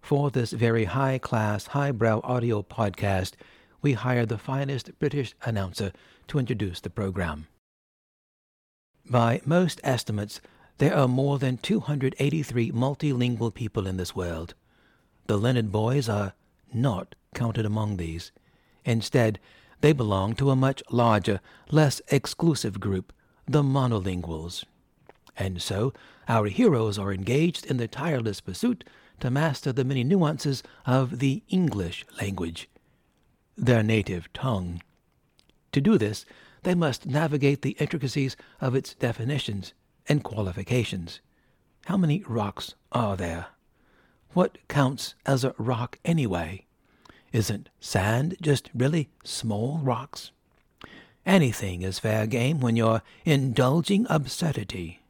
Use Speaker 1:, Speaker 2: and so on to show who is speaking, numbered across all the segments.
Speaker 1: For this very high class, highbrow audio podcast, we hired the finest British announcer to introduce the program. By most estimates, there are more than 283 multilingual people in this world. The Leonard boys are not counted among these. Instead, they belong to a much larger, less exclusive group, the monolinguals. And so, our heroes are engaged in the tireless pursuit to master the many nuances of the English language, their native tongue. To do this, they must navigate the intricacies of its definitions and qualifications. How many rocks are there? What counts as a rock anyway? Isn't sand just really small rocks? Anything is fair game when you're indulging absurdity.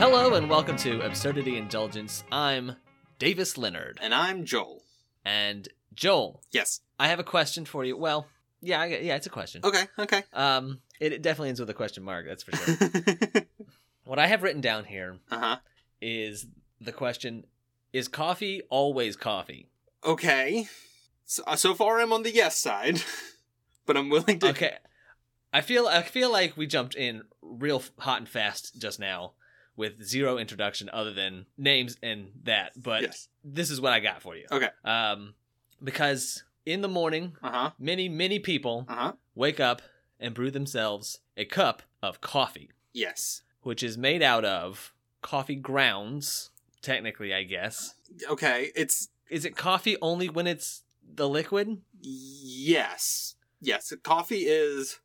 Speaker 2: Hello and welcome to Absurdity Indulgence. I'm Davis Leonard.
Speaker 3: And I'm Joel.
Speaker 2: And Joel,
Speaker 3: Yes.
Speaker 2: I have a question for you. Well, yeah, I, yeah, it's a question.
Speaker 3: Okay, okay.
Speaker 2: Um, it, it definitely ends with a question mark, that's for sure. what I have written down here
Speaker 3: uh-huh.
Speaker 2: is the question Is coffee always coffee?
Speaker 3: Okay. So, uh, so far I'm on the yes side, but I'm willing to
Speaker 2: Okay. I feel I feel like we jumped in real f- hot and fast just now with zero introduction other than names and that, but
Speaker 3: Yes.
Speaker 2: this is what I got for you.
Speaker 3: Okay.
Speaker 2: Um because in the morning
Speaker 3: Uh-huh.
Speaker 2: many, many people
Speaker 3: Uh-huh.
Speaker 2: wake up and brew themselves a cup of coffee,
Speaker 3: Yes.
Speaker 2: which is made out of coffee grounds, technically, I guess.
Speaker 3: Okay, it's
Speaker 2: Is it coffee only when it's the liquid?
Speaker 3: yes. Yes, coffee is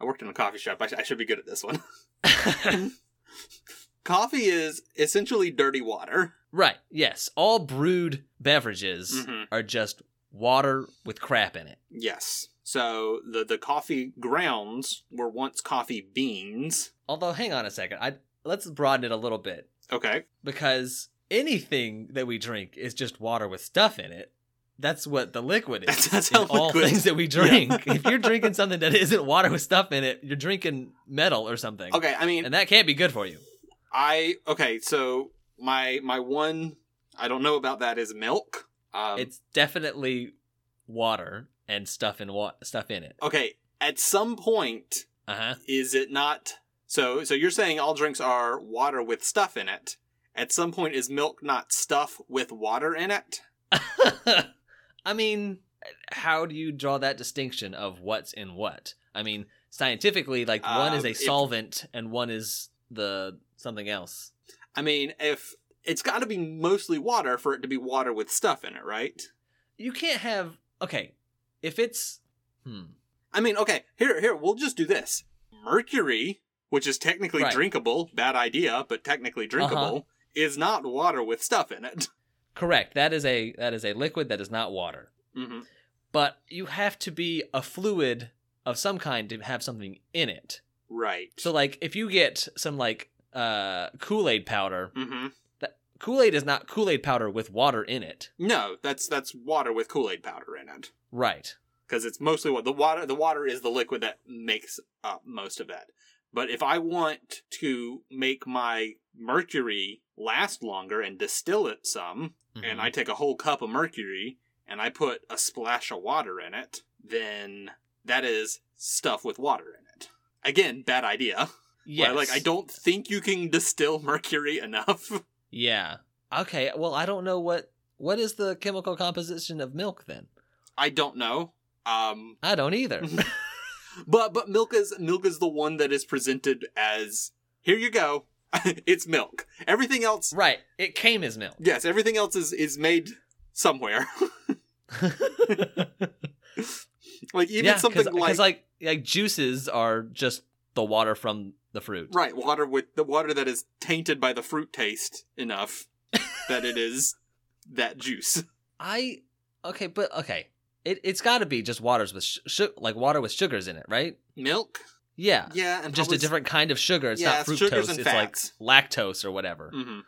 Speaker 3: I worked in a coffee shop. I, sh- I should be good at this one. coffee is essentially dirty water.
Speaker 2: right, yes. All brewed beverages
Speaker 3: Mhm.
Speaker 2: are just water with crap in it.
Speaker 3: Yes. So the the coffee grounds were once coffee beans.
Speaker 2: Although, hang on a second. I, let's broaden it a little bit
Speaker 3: Okay.
Speaker 2: because anything that we drink is just water with stuff in it. That's what the liquid is.
Speaker 3: That's, that's
Speaker 2: in
Speaker 3: how
Speaker 2: all
Speaker 3: liquids-
Speaker 2: things that we drink. if you're drinking something that isn't water with stuff in it, you're drinking metal or something.
Speaker 3: Okay, I mean
Speaker 2: And that can't be good for you.
Speaker 3: I okay, so my my one I don't know about that is milk. Um,
Speaker 2: it's definitely water and stuff in wa- stuff in it.
Speaker 3: okay. At some point,
Speaker 2: Uh-huh.
Speaker 3: is it not? So so you're saying all drinks are water with stuff in it. At some point, is milk not stuff with water in it?
Speaker 2: I mean, how do you draw that distinction of what's in what? I mean, scientifically like one is
Speaker 3: Um,
Speaker 2: a
Speaker 3: if-
Speaker 2: solvent and one is the something else.
Speaker 3: I mean, if it's got to be mostly water for it to be water with stuff in it, right?
Speaker 2: You can't have Okay, if it's hmm
Speaker 3: I mean, okay, here here we'll just do this. Mercury, which is technically
Speaker 2: Right. Uh-huh.
Speaker 3: drinkable, bad idea, but technically drinkable, is not water with stuff in it.
Speaker 2: correct. That is a that is a liquid that is not water.
Speaker 3: Mm-hmm.
Speaker 2: but you have to be a fluid of some kind to have something in it.
Speaker 3: Right.
Speaker 2: So like if you get some like uh Kool-Aid powder,
Speaker 3: mm-hmm.
Speaker 2: Kool-Aid is not Kool-Aid powder with water in it.
Speaker 3: No, that's that's water with Kool Aid powder in it
Speaker 2: Right.
Speaker 3: because it's mostly what the water. The water is the liquid that makes up most of that. But if I want to make my mercury last longer and distill it some, and
Speaker 2: Mm-hmm.
Speaker 3: I take a whole cup of mercury and I put a splash of water in it, then that is stuff with water in it. Again, bad idea.
Speaker 2: yes.
Speaker 3: Like I don't think you can distill mercury enough.
Speaker 2: Yeah. Okay, well I don't know what what is the chemical composition of milk then?
Speaker 3: I don't know. Um,
Speaker 2: I don't either.
Speaker 3: But but milk is milk is the one that is presented as here you go. it's milk. Everything else
Speaker 2: right. It came as milk.
Speaker 3: yes, everything else is is made somewhere. like even
Speaker 2: yeah,
Speaker 3: something like,
Speaker 2: cause like like juices are just the water from the fruit.
Speaker 3: right, water with the water that is tainted by the fruit taste enough that it is that juice.
Speaker 2: I okay, but okay, it it's got to be just waters with sh- su- like water with sugars in it, right?
Speaker 3: Milk?
Speaker 2: Yeah,
Speaker 3: Yeah, and
Speaker 2: just a different kind of sugar. It's Mm-hmm.
Speaker 3: Yeah,
Speaker 2: not
Speaker 3: it's sugars
Speaker 2: fructose.
Speaker 3: and
Speaker 2: It's like
Speaker 3: fats. Mm.
Speaker 2: lactose or whatever.
Speaker 3: hmm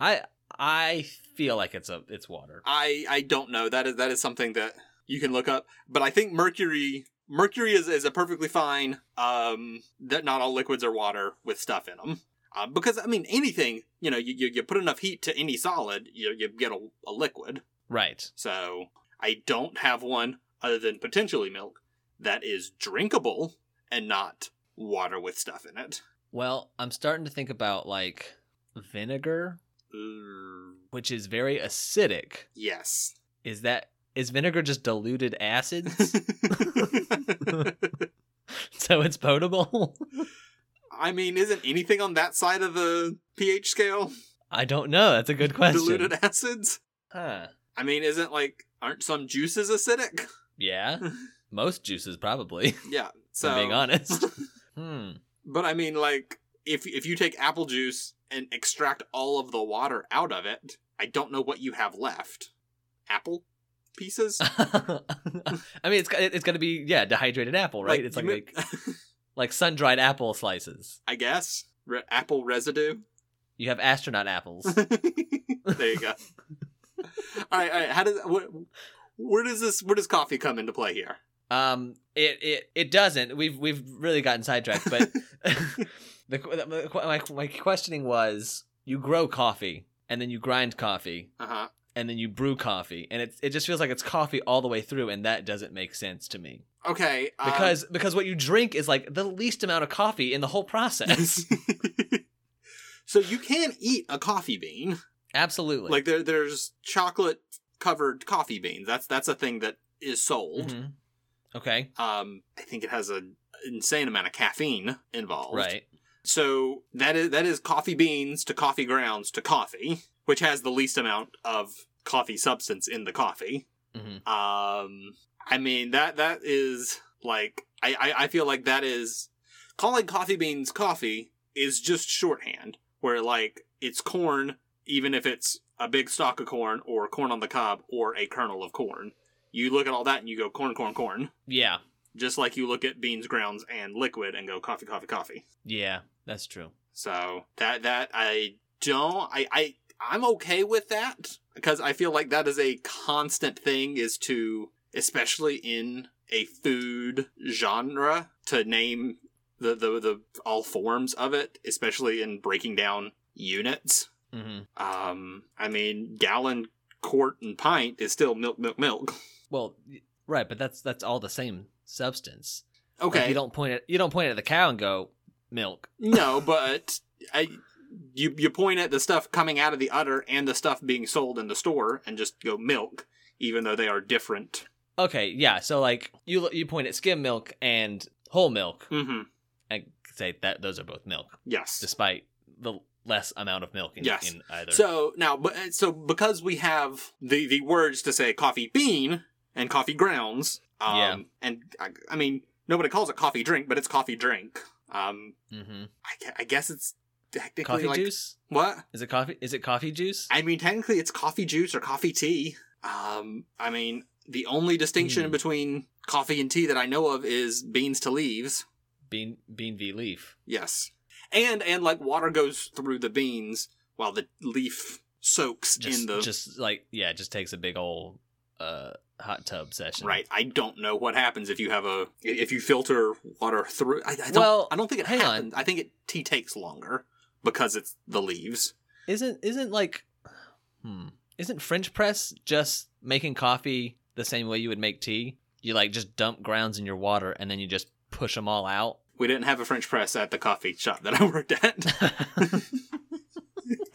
Speaker 2: I I feel like it's a it's water.
Speaker 3: I I don't know. That is that is something that you can look up. But I think mercury mercury is is a perfectly fine um that not all liquids are water with stuff in them. Uh, because I mean anything, you know, you, you you put enough heat to any solid, you you get a, a liquid.
Speaker 2: Right.
Speaker 3: So I don't have one other than potentially milk that is drinkable and not water with stuff in it.
Speaker 2: Well, I'm starting to think about like vinegar,
Speaker 3: Mm,
Speaker 2: which is very acidic.
Speaker 3: yes.
Speaker 2: Is that is vinegar just diluted acids? so it's potable?
Speaker 3: I mean, isn't anything on that side of the pH scale
Speaker 2: I don't know. That's a good question.
Speaker 3: diluted acids?
Speaker 2: Huh.
Speaker 3: I mean, isn't like aren't some juices acidic?
Speaker 2: Yeah. Most juices probably,
Speaker 3: Yeah.
Speaker 2: so,
Speaker 3: So
Speaker 2: being honest. hmm.
Speaker 3: But I mean, like, if if you take apple juice and extract all of the water out of it, I don't know what you have left. Apple pieces,
Speaker 2: I mean, it's it's gonna be yeah, dehydrated apple, right? it's
Speaker 3: you
Speaker 2: like
Speaker 3: mo-
Speaker 2: like, like sun dried apple slices.
Speaker 3: I guess Re- apple residue.
Speaker 2: You have astronaut apples.
Speaker 3: there you go. all right, all right. How does where, where does this where does coffee come into play here?
Speaker 2: um, it it it doesn't. We've we've really gotten sidetracked, but the, qu- the qu- my my questioning was: you grow coffee, and then you grind coffee,
Speaker 3: Uh huh.
Speaker 2: and then you brew coffee, and it it just feels like it's coffee all the way through, and that doesn't make sense to me
Speaker 3: Okay. um,
Speaker 2: because because what you drink is like the least amount of coffee in the whole process.
Speaker 3: so you can eat a coffee bean.
Speaker 2: Absolutely,
Speaker 3: like there there's chocolate covered coffee beans that's that's a thing that is sold
Speaker 2: Mhm. okay,
Speaker 3: um i think it has an insane amount of caffeine involved
Speaker 2: right.
Speaker 3: so that is that is coffee beans to coffee grounds to coffee which has the least amount of coffee substance in the coffee
Speaker 2: hmm
Speaker 3: um i mean that that is like i i, I feel like that is calling coffee beans coffee is just shorthand where like it's corn even if it's a big stalk of corn or corn on the cob or a kernel of corn you look at all that and you go corn corn corn
Speaker 2: Yeah,
Speaker 3: just like you look at beans grounds and liquid and go coffee coffee coffee
Speaker 2: yeah, that's true.
Speaker 3: so that that I don't I I I'm okay with that because I feel like that is a constant thing is to especially in a food genre to name the the, the all forms of it, especially in breaking down units.
Speaker 2: hmm
Speaker 3: Um I mean gallon quart and pint is still milk milk milk.
Speaker 2: Well, y- right, but that's that's all the same substance. Like,
Speaker 3: Okay.
Speaker 2: you don't point at you don't point at the cow and go milk.
Speaker 3: No, but I, you you point at the stuff coming out of the udder and the stuff being sold in the store and just go milk, even though they are different.
Speaker 2: Okay, yeah. So like you you point at skim milk and whole milk
Speaker 3: Mm-hmm.
Speaker 2: and say that those are both milk,
Speaker 3: Yes.
Speaker 2: despite the less amount of milk in,
Speaker 3: Yes.
Speaker 2: in either.
Speaker 3: So now, but so because we have the the words to say coffee bean and coffee grounds, um,
Speaker 2: Yeah.
Speaker 3: and I, I mean nobody calls it coffee drink, but it's coffee drink. Um,
Speaker 2: hmm
Speaker 3: I, gue- I guess it's technically
Speaker 2: coffee
Speaker 3: like
Speaker 2: juice
Speaker 3: what
Speaker 2: is it coffee? Is it coffee juice?
Speaker 3: I mean, technically, it's coffee juice or coffee tea. Um, I mean, the only distinction
Speaker 2: Hmm.
Speaker 3: between coffee and tea that I know of is beans to leaves.
Speaker 2: bean bean v leaf.
Speaker 3: Yes, and and like water goes through the beans while the leaf soaks
Speaker 2: Just
Speaker 3: in the
Speaker 2: just like yeah, just takes a big old uh hot tub session.
Speaker 3: right. I don't know what happens if you have a if you filter water through. I, I don't.
Speaker 2: Well,
Speaker 3: I don't think it
Speaker 2: hang on.
Speaker 3: happens. I think it tea takes longer because it's the leaves.
Speaker 2: Isn't isn't like hmm, isn't French press just making coffee the same way you would make tea? You like just dump grounds in your water and then you just push them all out.
Speaker 3: We didn't have a French press at the coffee shop that I worked at.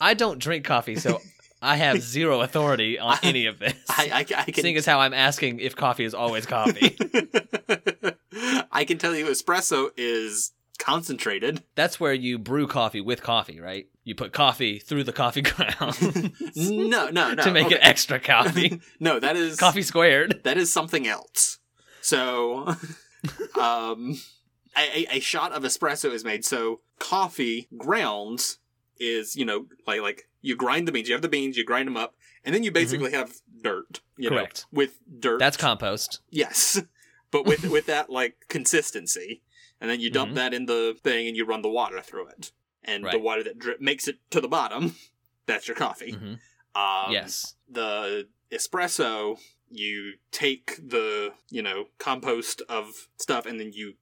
Speaker 2: I don't drink coffee, so I have zero authority on
Speaker 3: I-
Speaker 2: any of this.
Speaker 3: I, I, I can
Speaker 2: Seeing as how I'm asking if coffee is always coffee.
Speaker 3: I can tell you espresso is concentrated.
Speaker 2: That's where you brew coffee with coffee, right? You put coffee through the coffee ground
Speaker 3: No, no, no.
Speaker 2: to make it
Speaker 3: okay.
Speaker 2: extra coffee.
Speaker 3: no, that is
Speaker 2: coffee squared.
Speaker 3: that is something else. So um a, a, a shot of espresso is made so coffee grounds is, you know, like like you grind the beans, you have the beans, you grind them up, and then you basically have dirt, you know,
Speaker 2: Mm-hmm. Correct.
Speaker 3: with dirt.
Speaker 2: That's compost.
Speaker 3: Yes, but with with that like consistency, and then you dump
Speaker 2: Mhm.
Speaker 3: that in the thing and you run the water through it, and the
Speaker 2: Right.
Speaker 3: water that drip makes it to the bottom, That's your coffee.
Speaker 2: hmm
Speaker 3: Um,
Speaker 2: yes.
Speaker 3: The espresso, you take the, you know, compost of stuff and then you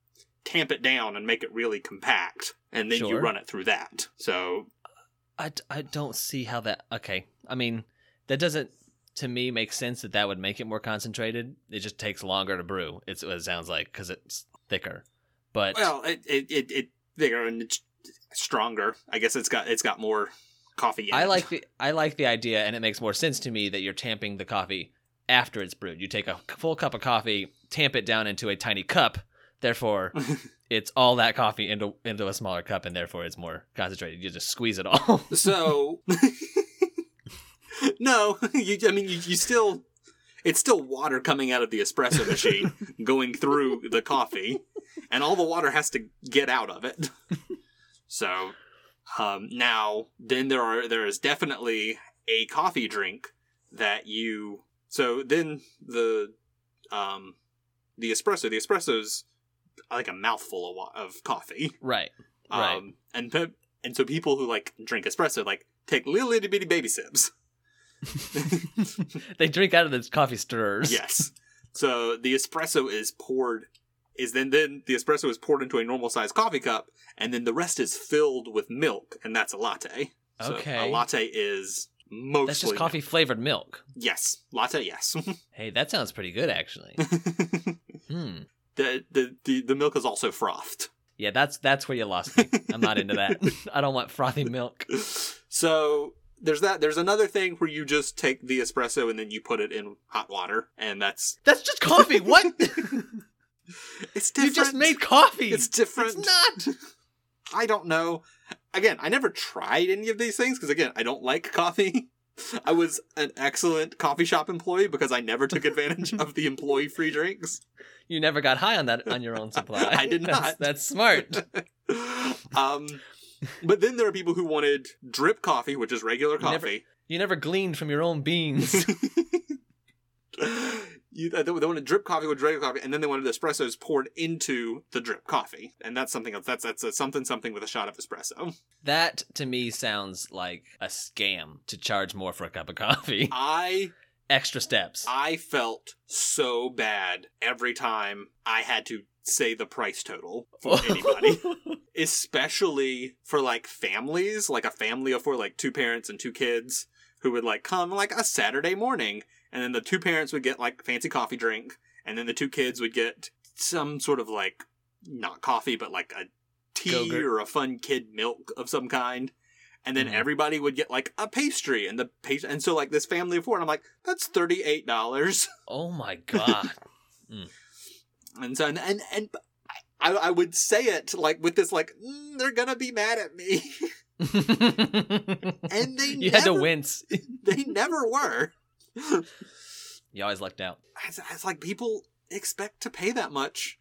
Speaker 3: tamp it down and make it really compact. And then you
Speaker 2: Sure.
Speaker 3: run it through that. So,
Speaker 2: I, d- I don't see how that. Okay. I mean, that doesn't, to me, make sense that that would make it more concentrated. It just takes longer to brew, it's what it sounds like, because it's thicker. But
Speaker 3: well, it, it, it, it bigger and it's stronger. I guess it's got, it's got more coffee in
Speaker 2: I
Speaker 3: it.
Speaker 2: like the I like the idea, and it makes more sense to me that you're tamping the coffee after it's brewed. You take a full cup of coffee, tamp it down into a tiny cup. Therefore, it's all that coffee into into a smaller cup, and therefore it's more concentrated. You just squeeze it all.
Speaker 3: So no, you, I mean you, you still it's still water coming out of the espresso machine going through the coffee, and all the water has to get out of it. So um, now then there are there is definitely a coffee drink that you so then the um the espresso the espresso's like a mouthful of, wa- of coffee
Speaker 2: right.
Speaker 3: um,
Speaker 2: Right.
Speaker 3: And pe- and so people who like drink espresso like take little itty bitty baby sips.
Speaker 2: They drink out of the coffee stirrers.
Speaker 3: Yes. so the espresso is poured is then then the espresso is poured into a normal sized coffee cup, and then the rest is filled with milk, and that's a latte. So
Speaker 2: Okay.
Speaker 3: a latte is mostly
Speaker 2: That's just coffee flavored milk.
Speaker 3: Yes, latte. Yes.
Speaker 2: Hey, that sounds pretty good actually. hmm.
Speaker 3: the, the the the milk is also frothed.
Speaker 2: Yeah, that's that's where you lost me. I'm not into that. I don't want frothy milk.
Speaker 3: so there's that. There's another thing where you just take the espresso and then you put it in hot water, and that's
Speaker 2: That's just coffee. What?
Speaker 3: it's
Speaker 2: you
Speaker 3: different.
Speaker 2: just made coffee.
Speaker 3: It's different.
Speaker 2: It's not.
Speaker 3: I don't know. Again, I never tried any of these things because again, I don't like coffee. I was an excellent coffee shop employee because I never took advantage of the employee free drinks.
Speaker 2: You never got high on that on your own supply.
Speaker 3: I did
Speaker 2: That's-
Speaker 3: not.
Speaker 2: That's, smart.
Speaker 3: um, but then there are people who wanted drip coffee, which is regular
Speaker 2: Never-
Speaker 3: coffee.
Speaker 2: You never gleaned from your own beans.
Speaker 3: You, they they wanted drip coffee with regular coffee, and then they wanted espressos poured into the drip coffee, and that's something else. That's that's a something something with a shot of espresso.
Speaker 2: that to me sounds like a scam to charge more for a cup of coffee.
Speaker 3: I
Speaker 2: Extra steps.
Speaker 3: I felt so bad every time I had to say the price total for anybody, especially for like families, like a family of four, like two parents and two kids who would like come like a Saturday morning. And then the two parents would get like fancy coffee drink. And then the two kids would get some sort of like, not coffee, but like a tea
Speaker 2: Go-gurt.
Speaker 3: or a fun kid milk of some kind. And then
Speaker 2: Mhm.
Speaker 3: everybody would get like a pastry and the pastry. And so like this family of four, and I'm like, that's $38.
Speaker 2: oh my god.
Speaker 3: and so and and, and I, I would say it like with this like mm, they're gonna be mad at me
Speaker 2: you
Speaker 3: and they never,
Speaker 2: had to wince.
Speaker 3: they never were
Speaker 2: You always lucked out.
Speaker 3: it's, it's like people expect to pay that much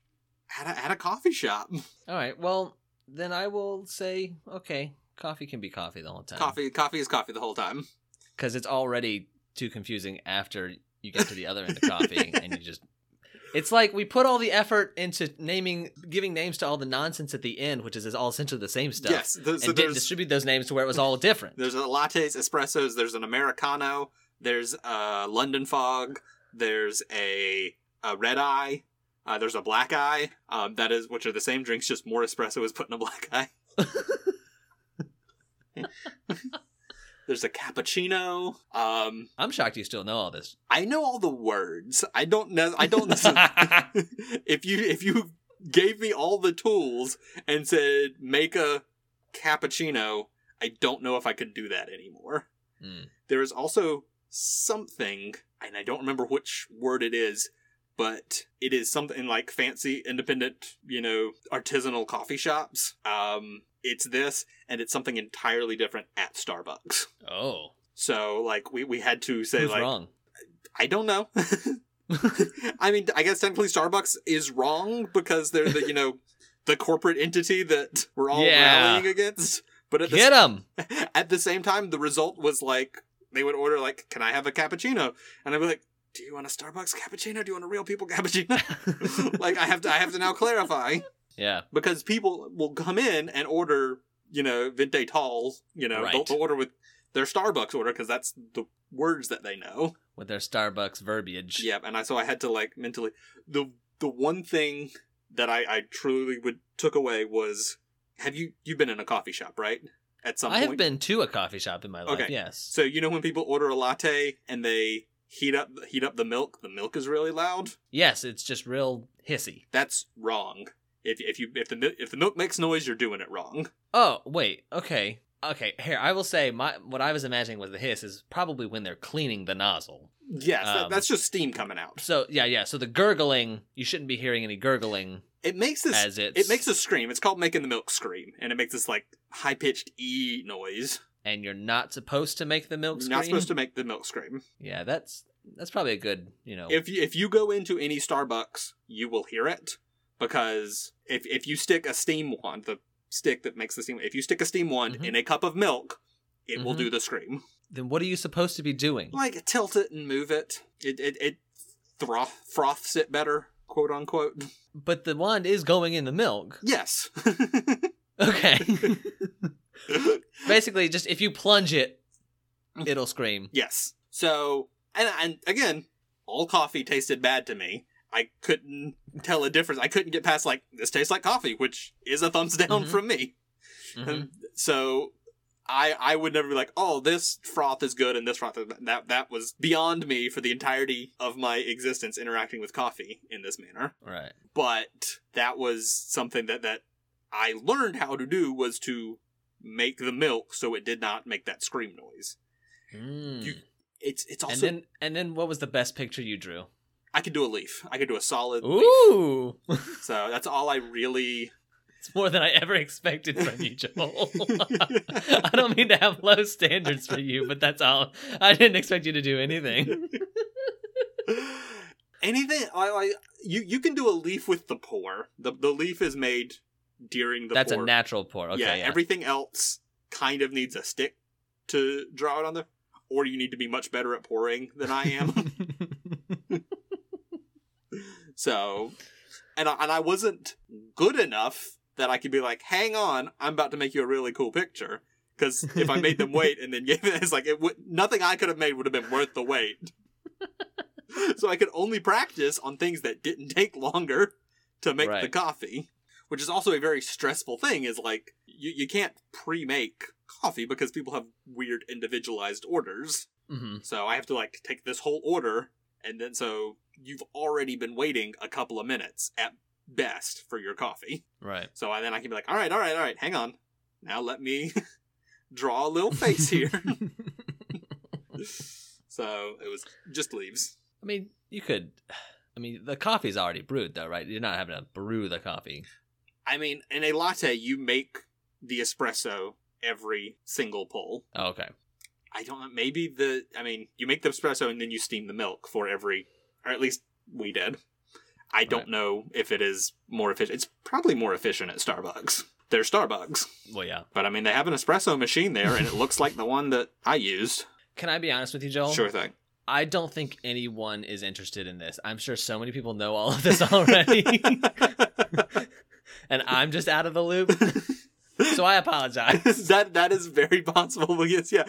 Speaker 3: at a, at a coffee shop
Speaker 2: All right. Well, then I will say okay. Coffee can be coffee the whole time.
Speaker 3: coffee coffee is coffee the whole time
Speaker 2: because it's already too confusing after you get to the other end of coffee and you just it's like we put all the effort into naming giving names to all the nonsense at the end which is all essentially the same stuff
Speaker 3: yes th- so
Speaker 2: and didn't
Speaker 3: there's
Speaker 2: distribute those names to where it was all different
Speaker 3: there's a lattes espressos there's an americano there's a london fog there's a, a red eye uh, there's a black eye um, that is which are the same drinks just more espresso is put in a black eye There's a cappuccino. Um,
Speaker 2: i'm shocked you still know all this
Speaker 3: I know all the words. I don't know. I don't. listen. if you if you gave me all the tools and said make a cappuccino, I don't know if I could do that anymore.
Speaker 2: Mm.
Speaker 3: There is also something, and I don't remember which word it is, but it is something like fancy independent, you know, artisanal coffee shops. Um, it's this, and it's something entirely different at Starbucks.
Speaker 2: oh
Speaker 3: So like we, we had to say
Speaker 2: who's
Speaker 3: like
Speaker 2: wrong
Speaker 3: I don't know. I mean I guess technically Starbucks is wrong because they're the you know the corporate entity that we're all
Speaker 2: Yeah.
Speaker 3: rallying against. But at the,
Speaker 2: get him
Speaker 3: s- at the same time the result was like they would order like can I have a cappuccino and I'd be like do you want a Starbucks cappuccino? Do you want a real people cappuccino? like I have to I have to now clarify
Speaker 2: yeah
Speaker 3: because people will come in and order, you know, vente tall, you know,
Speaker 2: Right.
Speaker 3: they'll, they'll order with their Starbucks order because that's the words that they know.
Speaker 2: with their Starbucks verbiage.
Speaker 3: Yeah, and I so I had to like mentally the the one thing that I, I truly would took away was have you you've been in a coffee shop right at some
Speaker 2: I
Speaker 3: point
Speaker 2: have been to a coffee shop in my life.
Speaker 3: Okay.
Speaker 2: Yes.
Speaker 3: so you know when people order a latte and they heat up heat up the milk the milk is really loud
Speaker 2: Yes, it's just real hissy.
Speaker 3: that's wrong if if you if the mi- if the milk makes noise you're doing it wrong
Speaker 2: Oh, wait. Okay. Okay. Here, I will say my what I was imagining was the hiss is probably when they're cleaning the nozzle.
Speaker 3: yes that,
Speaker 2: Um,
Speaker 3: that's just steam coming out
Speaker 2: So, yeah, yeah. So the gurgling, you shouldn't be hearing any gurgling
Speaker 3: it makes this
Speaker 2: as it's
Speaker 3: It makes a scream. It's called making the milk scream, and it makes this like high pitched e noise.
Speaker 2: and you're not supposed to make the milk
Speaker 3: You're
Speaker 2: scream.
Speaker 3: not supposed to make the milk scream.
Speaker 2: Yeah, that's that's probably a good, you know.
Speaker 3: If you, if you go into any Starbucks, you will hear it because if if you stick a steam wand, the stick that makes the steam, if you stick a steam wand
Speaker 2: Mhm.
Speaker 3: in a cup of milk, it will
Speaker 2: Mhm.
Speaker 3: do the scream.
Speaker 2: then what are you supposed to be doing?
Speaker 3: Like tilt it and move it. It it it throth, froths it better, quote unquote.
Speaker 2: But the wand is going in the milk.
Speaker 3: Yes.
Speaker 2: Okay. Basically, just if you plunge it,
Speaker 3: Mm.
Speaker 2: it'll scream.
Speaker 3: Yes. So, and, and again, all coffee tasted bad to me. I couldn't tell a difference. I couldn't get past like this tastes like coffee, which is a thumbs down
Speaker 2: Mhm.
Speaker 3: from me.
Speaker 2: Mhm.
Speaker 3: And so, I I would never be like, oh, this froth is good and this froth is bad. that that was beyond me for the entirety of my existence interacting with coffee in this manner.
Speaker 2: Right.
Speaker 3: But that was something that that I learned how to do was to make the milk so it did not make that scream noise.
Speaker 2: Mm.
Speaker 3: You- It's it's also
Speaker 2: and then and then what was the best picture you drew?
Speaker 3: I could do a leaf. I could do a solid. Leaf.
Speaker 2: Ooh.
Speaker 3: So that's all I really.
Speaker 2: It's more than I ever expected from you, Joel. I don't mean to have low standards for you, but that's all. I didn't expect you to do anything.
Speaker 3: Anything I, I you you can do a leaf with the pour. The the leaf is made during the.
Speaker 2: that's
Speaker 3: pour.
Speaker 2: a natural pour. Okay.
Speaker 3: yeah,
Speaker 2: yeah.
Speaker 3: Everything else kind of needs a stick to draw it on there, or you need to be much better at pouring than I am. so, and I, and I wasn't good enough that I could be like, hang on, I'm about to make you a really cool picture. Because if I made them wait and then gave it, it's like it would, nothing I could have made would have been worth the wait. so I could only practice on things that didn't take longer to make the
Speaker 2: Right.
Speaker 3: coffee, which is also a very stressful thing. Is like you you can't pre-make coffee because people have weird individualized orders.
Speaker 2: hmm
Speaker 3: So I have to like take this whole order, and then so you've already been waiting a couple of minutes at best for your coffee.
Speaker 2: Right.
Speaker 3: So I, then I can be like, all right, all right, all right, hang on. Now let me draw a little face here. so it was just leaves.
Speaker 2: I mean, you could. I mean, the coffee's already brewed, though, right? You're not having to brew the coffee.
Speaker 3: I mean, in a latte, you make the espresso every single pull.
Speaker 2: Oh, okay.
Speaker 3: I don't know, maybe the, I mean, you make the espresso and then you steam the milk for every, or at least we did. I don't
Speaker 2: Right.
Speaker 3: know if it is more efficient. It's probably more efficient at Starbucks. They're Starbucks.
Speaker 2: Well, yeah.
Speaker 3: But I mean, they have an espresso machine there and it looks like the one that I used.
Speaker 2: Can I be honest with you, Joel?
Speaker 3: Sure thing.
Speaker 2: I don't think anyone is interested in this. I'm sure so many people know all of this already, and I'm just out of the loop. So I apologize.
Speaker 3: that that is very possible because yeah,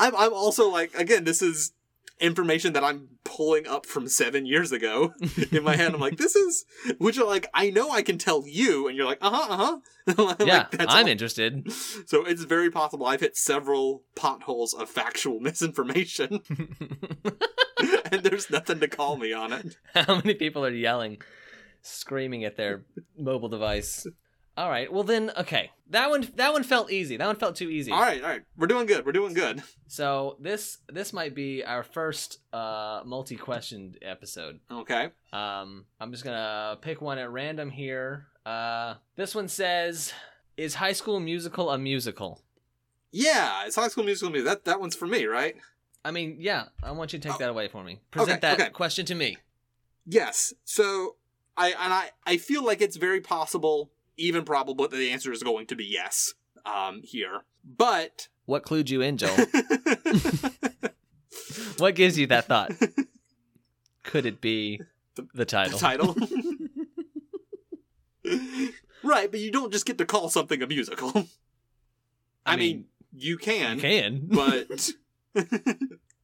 Speaker 3: I'm I'm also like again this is information that I'm pulling up from seven years ago in my head. I'm like this is which are like I know I can tell you, and you're like uh huh uh huh.
Speaker 2: yeah, I'm interested.
Speaker 3: So it's very possible I've hit several potholes of factual misinformation, and there's nothing to call me on it.
Speaker 2: How many people are yelling, screaming at their mobile device? All right. Well, then, okay. That one, that one felt easy. That one felt too easy.
Speaker 3: All right, all right, we're doing good. We're doing good.
Speaker 2: So this this might be our first uh, multi questioned episode.
Speaker 3: Okay.
Speaker 2: Um, I'm just gonna pick one at random here. Uh, this one says, "Is High School Musical a musical?"
Speaker 3: Yeah, it's High School Musical. Music. That that one's for me, right?
Speaker 2: I mean, yeah. I want you to take
Speaker 3: Oh.
Speaker 2: that away for me. Present that
Speaker 3: okay.
Speaker 2: question to me.
Speaker 3: Yes. So I and I I feel like it's very possible, even probable, that the answer is going to be yes. Um, here, but
Speaker 2: What clued you in, Joel? what gives you that thought? Could it be the
Speaker 3: the
Speaker 2: title?
Speaker 3: title. right, but you don't just get to call something a musical. I mean, You can,
Speaker 2: You can.
Speaker 3: but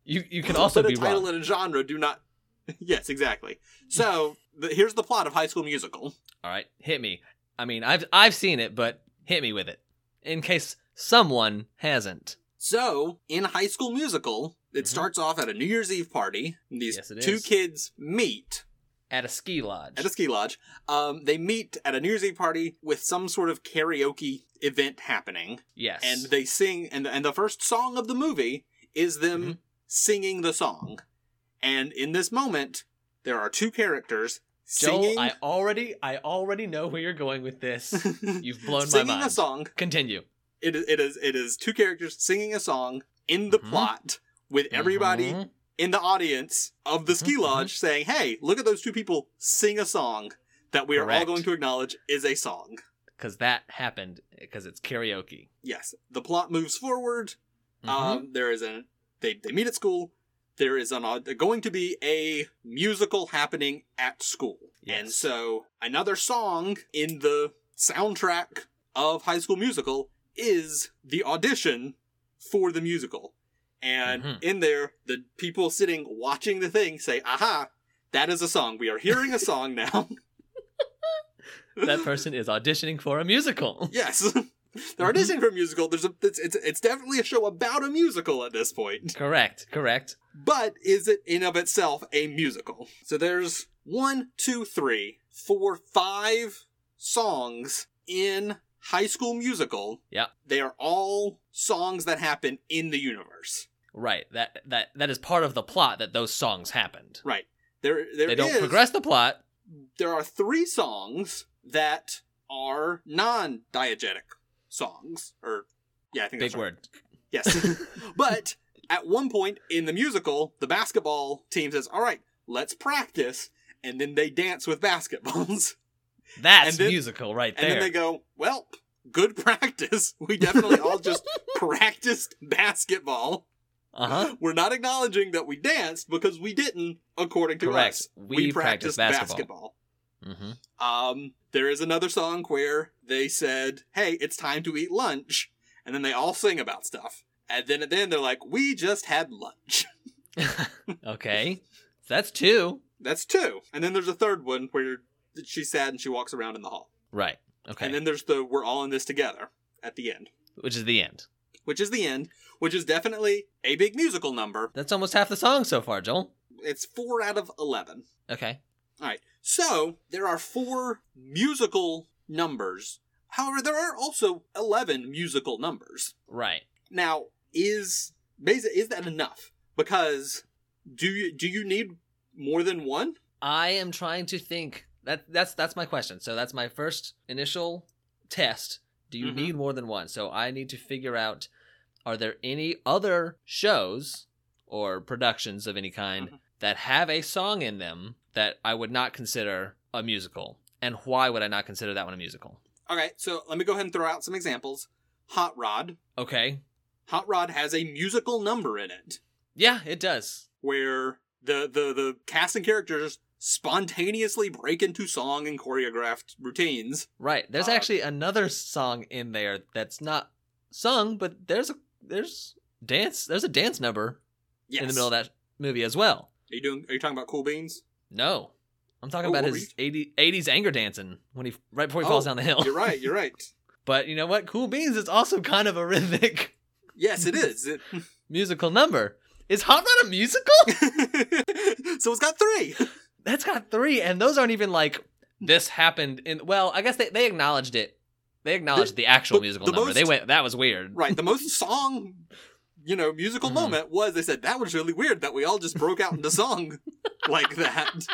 Speaker 2: you you can also
Speaker 3: but
Speaker 2: be
Speaker 3: a title
Speaker 2: wrong.
Speaker 3: and a genre do not. Yes, exactly. So the, here's the plot of High School Musical.
Speaker 2: All right, hit me. I mean, I've I've seen it, but hit me with it in case someone hasn't.
Speaker 3: So in High School Musical, it
Speaker 2: Mhm.
Speaker 3: starts off at a New Year's Eve party. These
Speaker 2: Yes, it
Speaker 3: two
Speaker 2: is.
Speaker 3: kids meet
Speaker 2: At a ski lodge.
Speaker 3: at a ski lodge. Um, they meet at a New Year's Eve party with some sort of karaoke event happening,
Speaker 2: yes.
Speaker 3: and they sing. and And the first song of the movie is them
Speaker 2: Mhm.
Speaker 3: singing the song. And in this moment, there are two characters
Speaker 2: Joel,
Speaker 3: singing.
Speaker 2: I already I already know where you're going with this. You've blown
Speaker 3: singing
Speaker 2: my
Speaker 3: a
Speaker 2: mind.
Speaker 3: song
Speaker 2: Continue.
Speaker 3: it is it is it is two characters singing a song in the
Speaker 2: Mhm.
Speaker 3: plot with everybody
Speaker 2: Mhm.
Speaker 3: in the audience of the ski
Speaker 2: Mhm, mhm.
Speaker 3: lodge saying, "Hey, look at those two people sing a song that we are all
Speaker 2: Correct.
Speaker 3: going to acknowledge is a song."
Speaker 2: because that happened because it's karaoke.
Speaker 3: Yes, the plot moves forward.
Speaker 2: Mhm.
Speaker 3: Um, there is an they they meet at school. There is an au- going to be a musical happening at school, and
Speaker 2: Yes.
Speaker 3: so another song in the soundtrack of High School Musical is the audition for the musical. And
Speaker 2: Mhm.
Speaker 3: in there, the people sitting watching the thing say, "Aha, that is a song. We are hearing a song now."
Speaker 2: that person is auditioning for a musical.
Speaker 3: yes, they're
Speaker 2: Mm-hmm.
Speaker 3: auditioning for a musical. There's a it's, it's it's definitely a show about a musical at this point.
Speaker 2: correct, correct.
Speaker 3: but is it in of itself a musical? So there's one, two, three, four, five songs in High School Musical.
Speaker 2: Yeah.
Speaker 3: They are all songs that happen in the universe.
Speaker 2: Right. That that that is part of the plot that those songs happened.
Speaker 3: Right. There, there
Speaker 2: they don't
Speaker 3: is-
Speaker 2: progress the plot.
Speaker 3: There are three songs that are non-diegetic songs, or yeah, I think
Speaker 2: Big
Speaker 3: that's right.
Speaker 2: word.
Speaker 3: Yes. but at one point in the musical, the basketball team says, All right, let's practice. And then they dance with basketballs.
Speaker 2: That's
Speaker 3: then-
Speaker 2: musical right
Speaker 3: And
Speaker 2: there.
Speaker 3: then they go, Well, good practice. We definitely all just practiced basketball.
Speaker 2: uh-huh.
Speaker 3: We're not acknowledging that we danced because we didn't, according to
Speaker 2: Correct.
Speaker 3: us.
Speaker 2: We practiced basketball. hmm
Speaker 3: Um, there is another song where they said, "Hey, it's time to eat lunch," and then they all sing about stuff. And then at the end, they're like, "We just had lunch."
Speaker 2: Mm-hmm. okay. So that's two.
Speaker 3: That's two. And then there's a third one where she's sad and she walks around in the hall.
Speaker 2: Right. Okay.
Speaker 3: And then there's the "We're all in this together" at the end,
Speaker 2: Which is the end.
Speaker 3: which is the end, which is definitely a big musical number.
Speaker 2: That's almost half the song so far, Joel.
Speaker 3: It's four out of eleven.
Speaker 2: Okay.
Speaker 3: All right. So there are four musical numbers. However, there are also eleven musical numbers.
Speaker 2: Right.
Speaker 3: Now, is basi- is that enough? Because do you do you need more than one?
Speaker 2: I am trying to think. That that's that's my question. So that's my first initial test. Do you
Speaker 3: Mhm.
Speaker 2: need more than one? So I need to figure out are there any other shows or productions of any kind
Speaker 3: Mhm.
Speaker 2: that have a song in them that I would not consider a musical? And why would I not consider that one a musical?
Speaker 3: Okay, so let me go ahead and throw out some examples. Hot Rod.
Speaker 2: Okay.
Speaker 3: Hot Rod has a musical number in it
Speaker 2: Yeah, it does.
Speaker 3: where the the the cast and characters spontaneously break into song and choreographed routines.
Speaker 2: Right. There's
Speaker 3: Uh,
Speaker 2: actually another song in there that's not sung, but there's a there's dance there's a dance number
Speaker 3: Yes.
Speaker 2: in the middle of that movie as well.
Speaker 3: Are you doing? Are you talking about Cool Beans?
Speaker 2: No. I'm talking
Speaker 3: Oh,
Speaker 2: about
Speaker 3: what were
Speaker 2: his 80, 80s anger dancing when he right before he
Speaker 3: Oh,
Speaker 2: falls down the hill.
Speaker 3: You're right. You're right.
Speaker 2: But you know what? Cool Beans is also kind of a rhythmic
Speaker 3: yes, it is. It-
Speaker 2: musical number. Is Hot Rod a musical?
Speaker 3: so it's got three.
Speaker 2: That's got three, and those aren't even like this happened in. Well, I guess they, they acknowledged it. They acknowledged the, actual
Speaker 3: but
Speaker 2: musical
Speaker 3: the
Speaker 2: number. they
Speaker 3: most-
Speaker 2: went. That was weird.
Speaker 3: Right. The most song, you know, musical
Speaker 2: Mhm.
Speaker 3: moment was they said that was really weird that we all just broke out into song like that.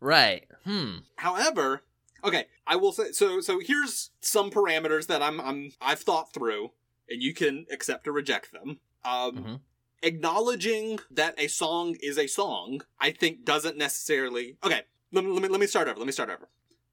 Speaker 2: Right. Hmm.
Speaker 3: However, okay, I will say so. So here's some parameters that I'm I'm I've thought through, and you can accept or reject them. Um,
Speaker 2: Mhm.
Speaker 3: Acknowledging that a song is a song, I think, doesn't necessarily. Okay, let me let me, let me start over. Let me start over.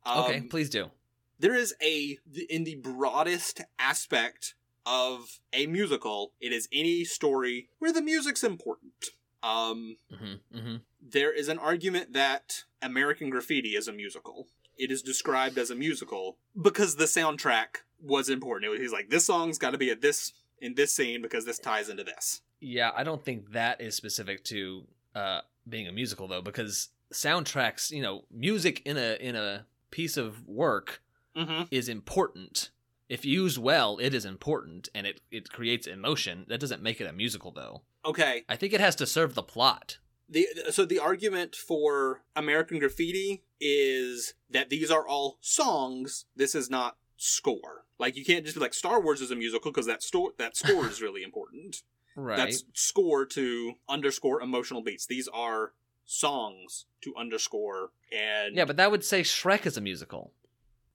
Speaker 3: Um,
Speaker 2: Okay. please do.
Speaker 3: there is a in the broadest aspect of a musical it is any story where the music's important um
Speaker 2: Mm-hmm, mm-hmm.
Speaker 3: there is an argument that american graffiti is a musical it is described as a musical because the soundtrack was important it was, he's like this song's got to be at this in this scene because this ties into this.
Speaker 2: Yeah, I don't think that is specific to uh, being a musical though, because soundtracks, you know, music in a in a piece of work
Speaker 3: Mm-hmm.
Speaker 2: is important. If used well, it is important, and it it creates emotion. That doesn't make it a musical though.
Speaker 3: Okay.
Speaker 2: I think it has to serve the plot.
Speaker 3: The so the argument for American Graffiti is that these are all songs. This is not score. Like you can't just be like Star Wars is a musical because that store that score is really important.
Speaker 2: Right.
Speaker 3: That's score to underscore emotional beats. These are songs to underscore and
Speaker 2: yeah, but that would say Shrek is a musical.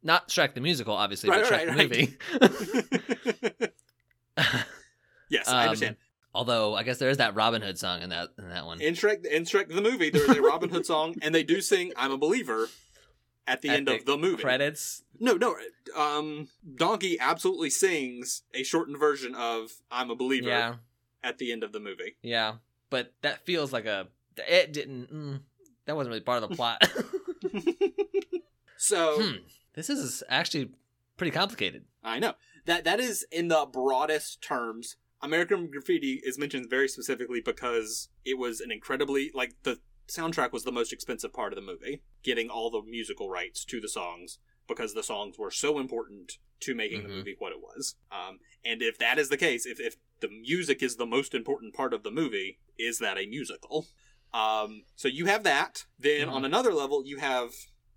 Speaker 2: Not Shrek the musical, obviously, but
Speaker 3: Right,
Speaker 2: Shrek
Speaker 3: right,
Speaker 2: the movie.
Speaker 3: yes, I
Speaker 2: Um,
Speaker 3: understand.
Speaker 2: Although I guess there is that Robin Hood song in that in that one.
Speaker 3: In Shrek, in Shrek the movie, there's a Robin Hood song, and they do sing "I'm a Believer" at the
Speaker 2: At
Speaker 3: end of the movie.
Speaker 2: Credits.
Speaker 3: No, no. Um, Donkey absolutely sings a shortened version of "I'm a Believer"
Speaker 2: Yeah,
Speaker 3: at the end of the movie.
Speaker 2: yeah. But that feels like a it didn't. Mm, that wasn't really part of the plot.
Speaker 3: So
Speaker 2: hmm. This is actually pretty complicated.
Speaker 3: I know that that is in the broadest terms. American Graffiti is mentioned very specifically because it was an incredibly like the soundtrack was the most expensive part of the movie, getting all the musical rights to the songs because the songs were so important to making
Speaker 2: Mhm.
Speaker 3: the movie what it was. Um, and if that is the case, if if the music is the most important part of the movie, is that a musical? Um, so you have that. Then
Speaker 2: Mhm.
Speaker 3: on another level, you have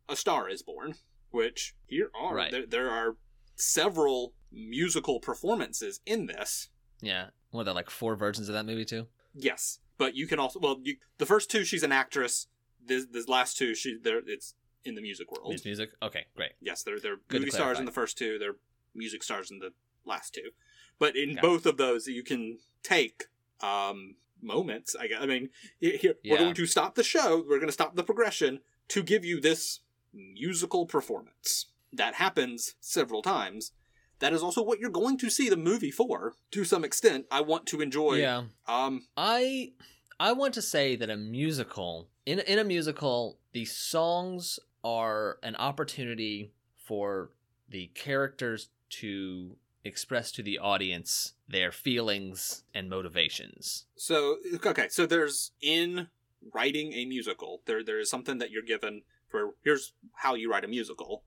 Speaker 3: A Star Is Born, which here are
Speaker 2: Right.
Speaker 3: there, there are several musical performances in this.
Speaker 2: Yeah. What are there like four versions of that movie too?
Speaker 3: Yes, but you can also well you, the first two she's an actress. This this last two she there it's in the music world.
Speaker 2: It's music. Okay, great.
Speaker 3: Yes, they're they're
Speaker 2: to
Speaker 3: movie stars
Speaker 2: clarify.
Speaker 3: in the first two. They're music stars in the last two. But in
Speaker 2: Yeah.
Speaker 3: both of those, you can take um, moments. I guess. I mean, here, here- we're
Speaker 2: Yeah.
Speaker 3: going to stop the show. We're going to stop the progression to give you this musical performance that happens several times. That is also what you're going to see the movie for. To some extent, I want to enjoy.
Speaker 2: Yeah.
Speaker 3: Um.
Speaker 2: I I want to say that a musical in in a musical the songs are an opportunity for the characters to express to the audience their feelings and motivations.
Speaker 3: So okay. So there's in writing a musical, there there is something that you're given for. Here's how you write a musical.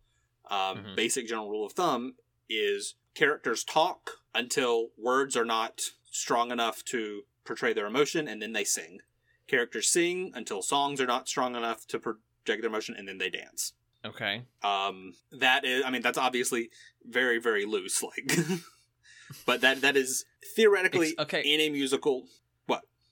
Speaker 3: Um,
Speaker 2: Mhm.
Speaker 3: Basic general rule of thumb is characters talk until words are not strong enough to portray their emotion, and then they sing. Characters sing until songs are not strong enough to project their emotion, and then they dance.
Speaker 2: Okay.
Speaker 3: Um, that is, I mean, that's obviously very, very loose, like, but that that is theoretically
Speaker 2: Ex- okay.
Speaker 3: in a musical.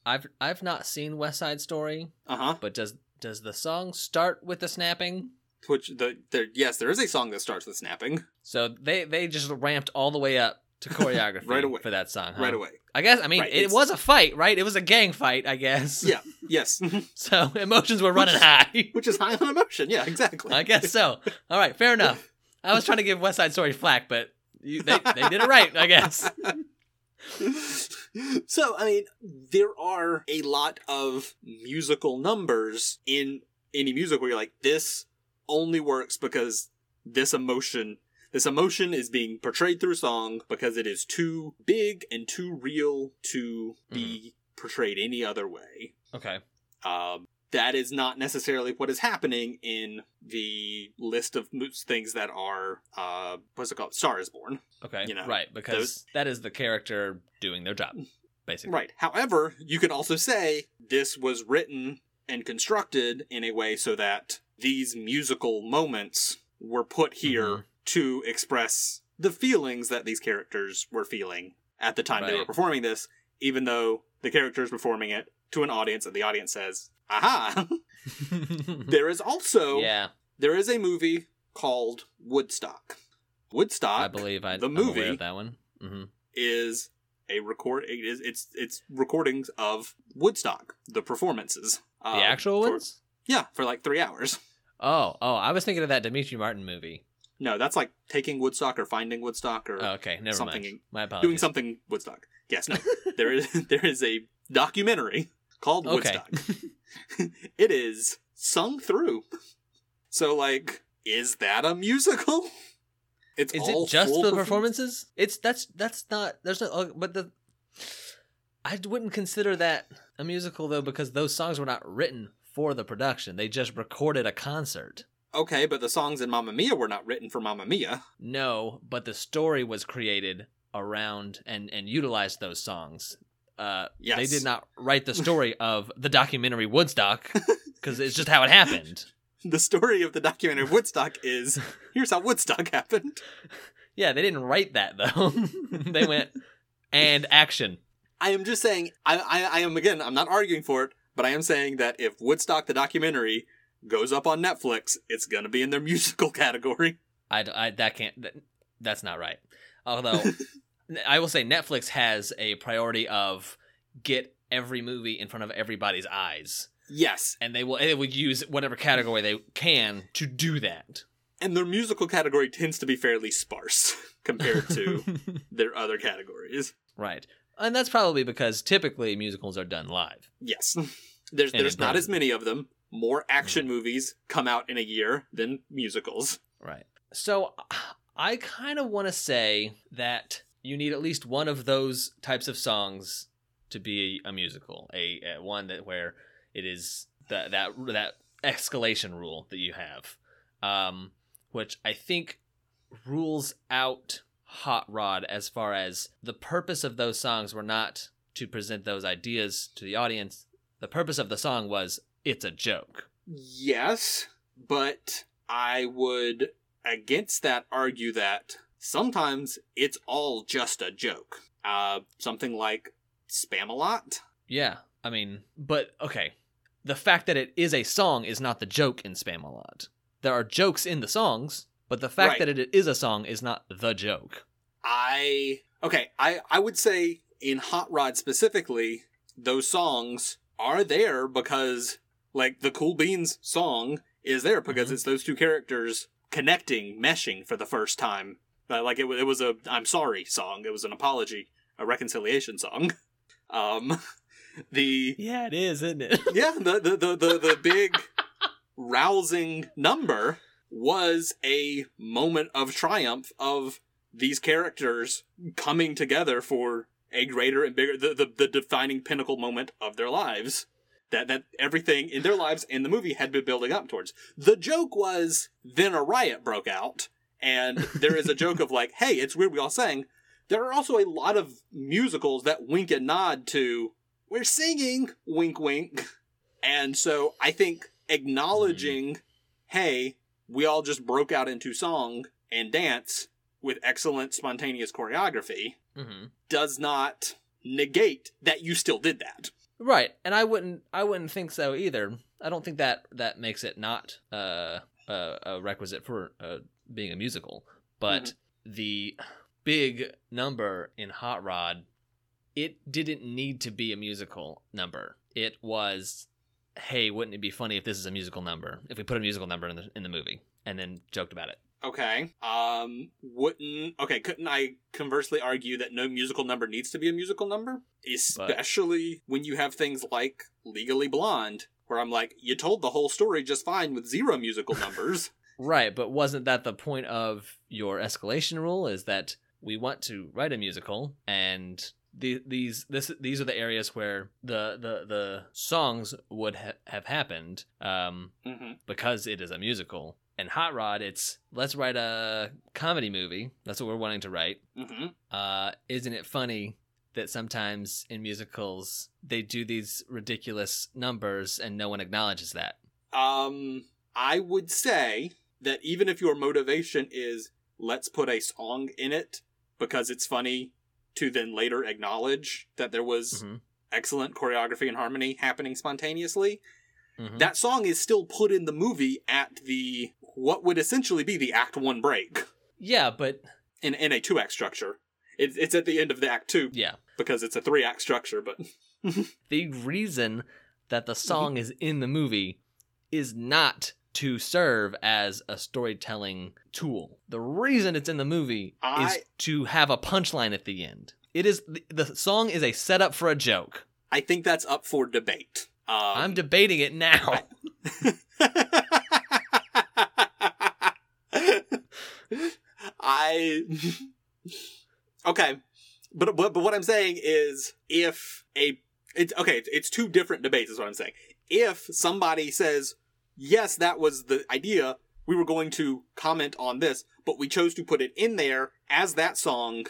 Speaker 2: I've I've not seen West Side Story,
Speaker 3: Uh huh.
Speaker 2: but does does the song start with the snapping?
Speaker 3: Which the there yes, there is a song that starts with snapping
Speaker 2: So they they just ramped all the way up to choreography
Speaker 3: Right away.
Speaker 2: for that song. huh?
Speaker 3: right away.
Speaker 2: I guess I mean
Speaker 3: Right,
Speaker 2: it
Speaker 3: it's-
Speaker 2: was a fight, right? It was a gang fight, I guess.
Speaker 3: Yeah. Yes,
Speaker 2: So emotions were running
Speaker 3: Which-
Speaker 2: high.
Speaker 3: which is high on emotion. Yeah, exactly.
Speaker 2: I guess so. All right, fair enough. I was trying to give West Side Story flack, but you, they, they did it right, I guess.
Speaker 3: so I mean, there are a lot of musical numbers in any music where you're like, this only works because this emotion, this emotion is being portrayed through song because it is too big and too real to be portrayed any other way.
Speaker 2: Okay.
Speaker 3: Um, that is not necessarily what is happening in the list of mo- things that are uh, what's it called? Star is Born.
Speaker 2: Okay.
Speaker 3: You know,
Speaker 2: right, because
Speaker 3: those-
Speaker 2: that is the character doing their job, basically.
Speaker 3: Right. However, you could also say this was written and constructed in a way so that these musical moments were put here
Speaker 2: Mhm.
Speaker 3: to express the feelings that these characters were feeling at the time they were
Speaker 2: Right.
Speaker 3: performing this, even though the characters performing it to an audience and the audience says, aha. there is also
Speaker 2: yeah,
Speaker 3: there is a movie called Woodstock. Woodstock
Speaker 2: I believe I,
Speaker 3: uh, the
Speaker 2: I'm aware
Speaker 3: movie-
Speaker 2: of that one. hmm
Speaker 3: is a record. It is, it's it's recordings of Woodstock, the performances. uh,
Speaker 2: the actual
Speaker 3: for-
Speaker 2: ones?
Speaker 3: Yeah, for like three hours.
Speaker 2: Oh, oh, I was thinking of that Dimitri Martin movie.
Speaker 3: No, that's like taking Woodstock or finding Woodstock or
Speaker 2: Oh, okay, never
Speaker 3: something-
Speaker 2: mind. My apologies.
Speaker 3: doing something Woodstock. Yes, no, there is there is a documentary called
Speaker 2: Okay.
Speaker 3: Woodstock. it is sung through. So like, is that a musical? It's
Speaker 2: Is
Speaker 3: all
Speaker 2: it just
Speaker 3: full
Speaker 2: the
Speaker 3: perform-
Speaker 2: performances? It's that's that's not there's no uh, but the I wouldn't consider that a musical though because those songs were not written for the production. They just recorded a concert.
Speaker 3: Okay, but the songs in Mamma Mia were not written for Mamma Mia.
Speaker 2: No, but the story was created around and and utilized those songs. Uh,
Speaker 3: Yes.
Speaker 2: They did not write the story of the documentary Woodstock because it's just how it happened.
Speaker 3: The story of the documentary Woodstock is here's how Woodstock happened.
Speaker 2: Yeah, they didn't write that though. they went and action.
Speaker 3: I am just saying, I, I, I am again, I'm not arguing for it, but I am saying that if Woodstock the documentary goes up on Netflix, it's gonna be in their musical category.
Speaker 2: I, I that can't that, that's not right. Although I will say Netflix has a priority of get every movie in front of everybody's eyes,
Speaker 3: Yes,
Speaker 2: and they will they will use whatever category they can to do that.
Speaker 3: and their musical category tends to be fairly sparse compared to their other categories.
Speaker 2: right, and that's probably because typically musicals are done live.
Speaker 3: Yes, there's
Speaker 2: And
Speaker 3: there's
Speaker 2: in
Speaker 3: not as
Speaker 2: person.
Speaker 3: many of them. More action movies come out in a year than musicals.
Speaker 2: Right. So I kind of want to say that you need at least one of those types of songs to be a musical, a, a one that where it is that that that escalation rule that you have, um, which I think rules out Hot Rod as far as the purpose of those songs were not to present those ideas to the audience. The purpose of the song was it's a joke.
Speaker 3: Yes, but I would against that argue that sometimes it's all just a joke. Uh, something like Spamalot.
Speaker 2: Yeah, I mean, but okay. The fact that it is a song is not the joke in Spam a lot. There are jokes in the songs, but the fact
Speaker 3: Right.
Speaker 2: that it is a song is not the joke.
Speaker 3: I okay. I I would say in Hot Rod specifically, those songs are there because like the Cool Beans song is there because
Speaker 2: Mhm.
Speaker 3: it's those two characters connecting, meshing for the first time. Uh, like it, wa- it was a I'm sorry song. It was an apology, a reconciliation song. Um, the
Speaker 2: Yeah, it is, isn't it?
Speaker 3: yeah the the the the, the big rousing number was a moment of triumph of these characters coming together for a greater and bigger the, the, the defining pinnacle moment of their lives that that everything in their lives and the movie had been building up towards the joke was then a riot broke out and there is a joke of like hey it's weird we all sang there are also a lot of musicals that wink and nod to we're singing wink wink and so i think acknowledging hey we all just broke out into song and dance with excellent spontaneous choreography
Speaker 2: hmm
Speaker 3: does not negate that you still did that
Speaker 2: Right, and I wouldn't, I wouldn't think so either. I don't think that that makes it not uh, uh, a requisite for uh, being a musical. But the big number in Hot Rod, it didn't need to be a musical number. It was, hey, wouldn't it be funny if this is a musical number? If we put a musical number in the in the movie, and then joked about it.
Speaker 3: okay um wouldn't okay couldn't i conversely argue that no musical number needs to be a musical number especially when you have things like legally blonde where i'm like you told the whole story just fine with zero musical numbers
Speaker 2: Right, but wasn't that the point of your escalation rule? Is that we want to write a musical, and the, these this these are the areas where the the the songs would ha- have happened um,
Speaker 3: mm-hmm.
Speaker 2: because it is a musical. And Hot Rod, it's let's write a comedy movie. That's what we're wanting to write.
Speaker 3: Mm-hmm.
Speaker 2: Uh, isn't it funny that sometimes in musicals they do these ridiculous numbers and no one acknowledges that?
Speaker 3: Um, I would say that even if your motivation is let's put a song in it because it's funny to then later acknowledge that there was
Speaker 2: Mhm.
Speaker 3: excellent choreography and harmony happening spontaneously,
Speaker 2: Mhm.
Speaker 3: that song is still put in the movie at the what would essentially be the act one break
Speaker 2: yeah, but
Speaker 3: in, in a two act structure. It, it's at the end of the act two
Speaker 2: yeah.
Speaker 3: because it's a three act structure, but
Speaker 2: the reason that the song is in the movie is not to serve as a storytelling tool. The reason it's in the movie
Speaker 3: I-
Speaker 2: is to have a punchline at the end. It is the, the song is a setup for a joke.
Speaker 3: I think that's up for debate. Um,
Speaker 2: I'm debating it now.
Speaker 3: I I okay, but, but but what I'm saying is, if a it's okay, it's- it's two different debates. Is what I'm saying. If somebody says yes, that was the idea, we were going to comment on this, but we chose to put it in there as that song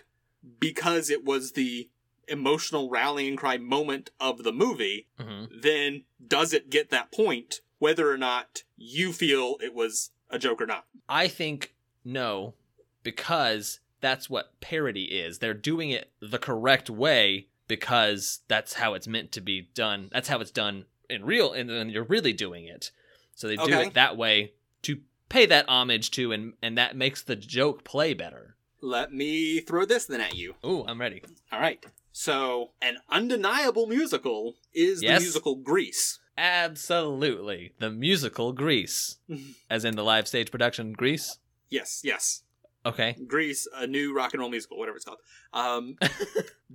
Speaker 3: because it was the emotional rallying cry moment of the movie
Speaker 2: hmm
Speaker 3: then does it get that point whether or not you feel it was a joke or not?
Speaker 2: I think no, because that's what parody is. They're doing it the correct way because that's how it's meant to be done. That's how it's done in real, and then you're really doing it. So they do
Speaker 3: Okay.
Speaker 2: it that way to pay that homage to, and and that makes the joke play better.
Speaker 3: Let me throw this then at you.
Speaker 2: Ooh, I'm ready.
Speaker 3: All right. So, an undeniable musical is
Speaker 2: Yes.
Speaker 3: the musical Grease.
Speaker 2: Absolutely, the musical Grease, as in the live stage production Grease.
Speaker 3: Yes, yes.
Speaker 2: Okay,
Speaker 3: Grease, a new rock and roll musical, whatever it's called. Um,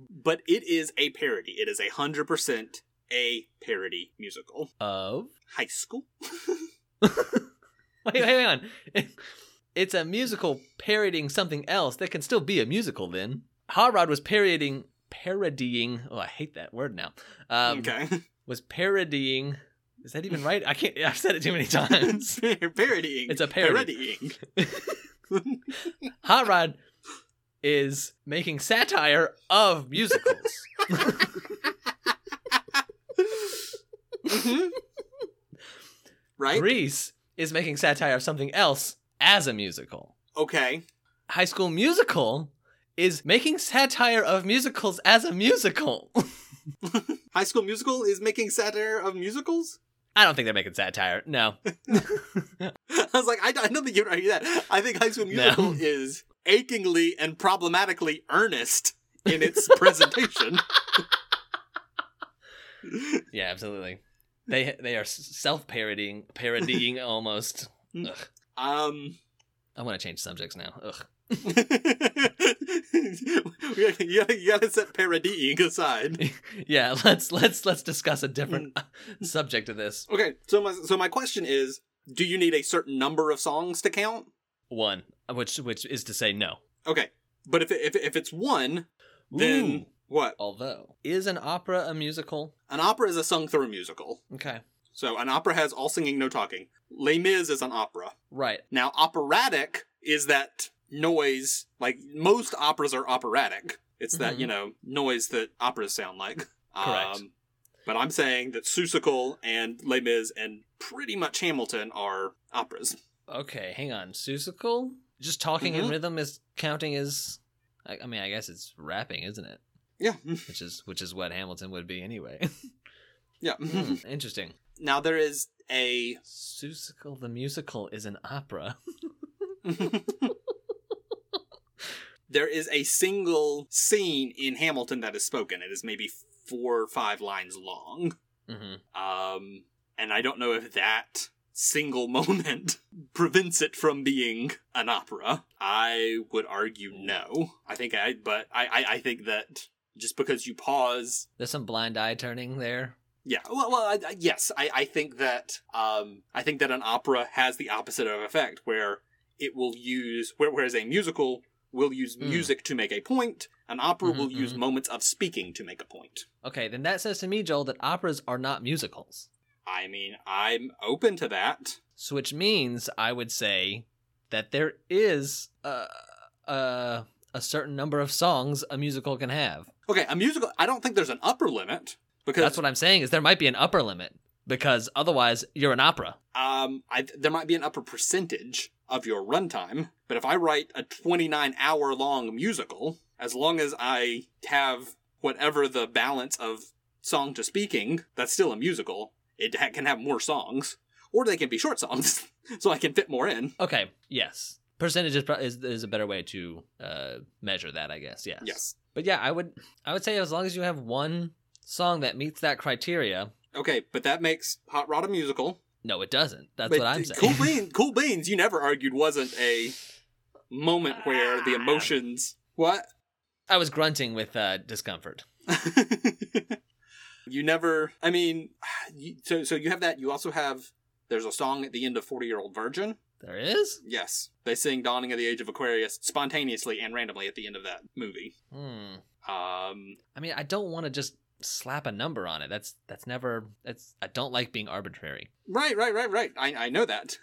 Speaker 3: but it is a parody. It is a 100% a parody musical.
Speaker 2: of
Speaker 3: High school?
Speaker 2: Wait, wait, hang on. It's a musical parodying something else that can still be a musical. Then Hot Rod was parodying, parodying. Oh, I hate that word now. Um,
Speaker 3: okay.
Speaker 2: Was parodying. Is that even right? I can't. I've said it too many times.
Speaker 3: parodying.
Speaker 2: It's a parody.
Speaker 3: Parodying.
Speaker 2: Hot Rod is making satire of musicals.
Speaker 3: Mhm. Right?
Speaker 2: Grease is making satire of something else as a musical.
Speaker 3: Okay.
Speaker 2: High School Musical is making satire of musicals as a musical.
Speaker 3: High School Musical is making satire of musicals?
Speaker 2: I don't think they're making satire. No,
Speaker 3: I was like, I don't, I don't think you'd argue that. I think High School
Speaker 2: No.
Speaker 3: Musical is achingly and problematically earnest in its presentation.
Speaker 2: Yeah, absolutely. They they are self parodying, parodying almost.
Speaker 3: um,
Speaker 2: I want to change subjects now. Ugh.
Speaker 3: you, gotta, you gotta set parodying aside.
Speaker 2: Yeah, let's let's let's discuss a different subject of this.
Speaker 3: Okay, so my so my question is, do you need a certain number of songs to count?
Speaker 2: One, which which is to say no.
Speaker 3: Okay, but if it, if it- if it's one, then
Speaker 2: Ooh.
Speaker 3: what?
Speaker 2: although is an opera a musical?
Speaker 3: An opera is a sung through musical,
Speaker 2: Okay,
Speaker 3: so an opera has all singing, no talking. Les Mis is an opera.
Speaker 2: right.
Speaker 3: Now, operatic is that noise. Like most operas are operatic. It's that
Speaker 2: Mhm.
Speaker 3: you know noise that operas sound like. Um,
Speaker 2: Correct.
Speaker 3: but I'm saying that Susical and Les Mis and pretty much Hamilton are operas.
Speaker 2: Okay, hang on. Susical, just talking in
Speaker 3: Mhm.
Speaker 2: rhythm is counting as. I, I mean, I guess it's rapping, isn't it?
Speaker 3: Yeah,
Speaker 2: Which is which is what Hamilton would be anyway.
Speaker 3: yeah.
Speaker 2: Hmm, interesting.
Speaker 3: Now there is a
Speaker 2: Susical the musical is an opera.
Speaker 3: there is a single scene in Hamilton that is spoken. It is maybe four or five lines long.
Speaker 2: hmm
Speaker 3: Um, and I don't know if that single moment prevents it from being an opera. I would argue no. I think I, but I, I, I think that just because you pause
Speaker 2: There's some blind eye turning there.
Speaker 3: yeah, well, well I, I- yes, I, I think that um, I think that an opera has the opposite of effect, where it will use, where, whereas a musical will use
Speaker 2: Mm.
Speaker 3: music to make a point, an opera will
Speaker 2: Mhm,
Speaker 3: use
Speaker 2: mhm.
Speaker 3: moments of speaking to make a point.
Speaker 2: Okay, then that says to me, Joel, that operas are not musicals.
Speaker 3: I mean, I'm open to that.
Speaker 2: So, which means I would say that there is a, a, a certain number of songs a musical can have.
Speaker 3: Okay, a musical. I don't think there's an upper limit because
Speaker 2: That's what I'm saying is there might be an upper limit because otherwise you're an opera.
Speaker 3: um, I, there might be an upper percentage of your runtime, but if I write a 29 hour long musical, as long as I have whatever the balance of song to speaking, that's still a musical. It ha- can have more songs, or they can be short songs, so I can fit more in.
Speaker 2: Okay, yes. Percentage is, pro- is, is a better way to uh, measure that, I guess. Yes.
Speaker 3: Yes.
Speaker 2: But yeah, I would I would say as long as you have one song that meets that criteria.
Speaker 3: Okay, but that makes Hot Rod a musical.
Speaker 2: No, it doesn't. That's
Speaker 3: But
Speaker 2: what I'm
Speaker 3: th-
Speaker 2: saying.
Speaker 3: Cool Beans, Cool Beans, you never argued wasn't a moment where
Speaker 2: Ah.
Speaker 3: the emotions. What?
Speaker 2: I was grunting with uh, discomfort.
Speaker 3: you never i mean you- so so you have that you also have there's a song at the end of 40 year old virgin
Speaker 2: There is?
Speaker 3: Yes. They sing Dawning of the Age of Aquarius spontaneously and randomly at the end of that movie.
Speaker 2: Hmm.
Speaker 3: Um,
Speaker 2: I mean, I don't want to just slap a number on it. That's that's never that's I don't like being arbitrary.
Speaker 3: right, right, right, right. I, I know that.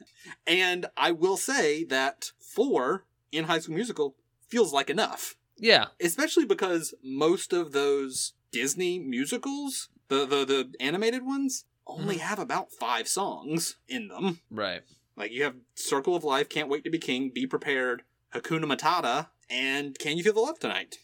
Speaker 3: And I will say that four in High School Musical feels like enough,
Speaker 2: Yeah.
Speaker 3: especially because most of those Disney musicals, the, the, the animated ones, only
Speaker 2: Mhm.
Speaker 3: have about five songs in them.
Speaker 2: Right.
Speaker 3: Like you have Circle of Life, Can't Wait to Be King, Be Prepared, Hakuna Matata, and Can You Feel the Love Tonight?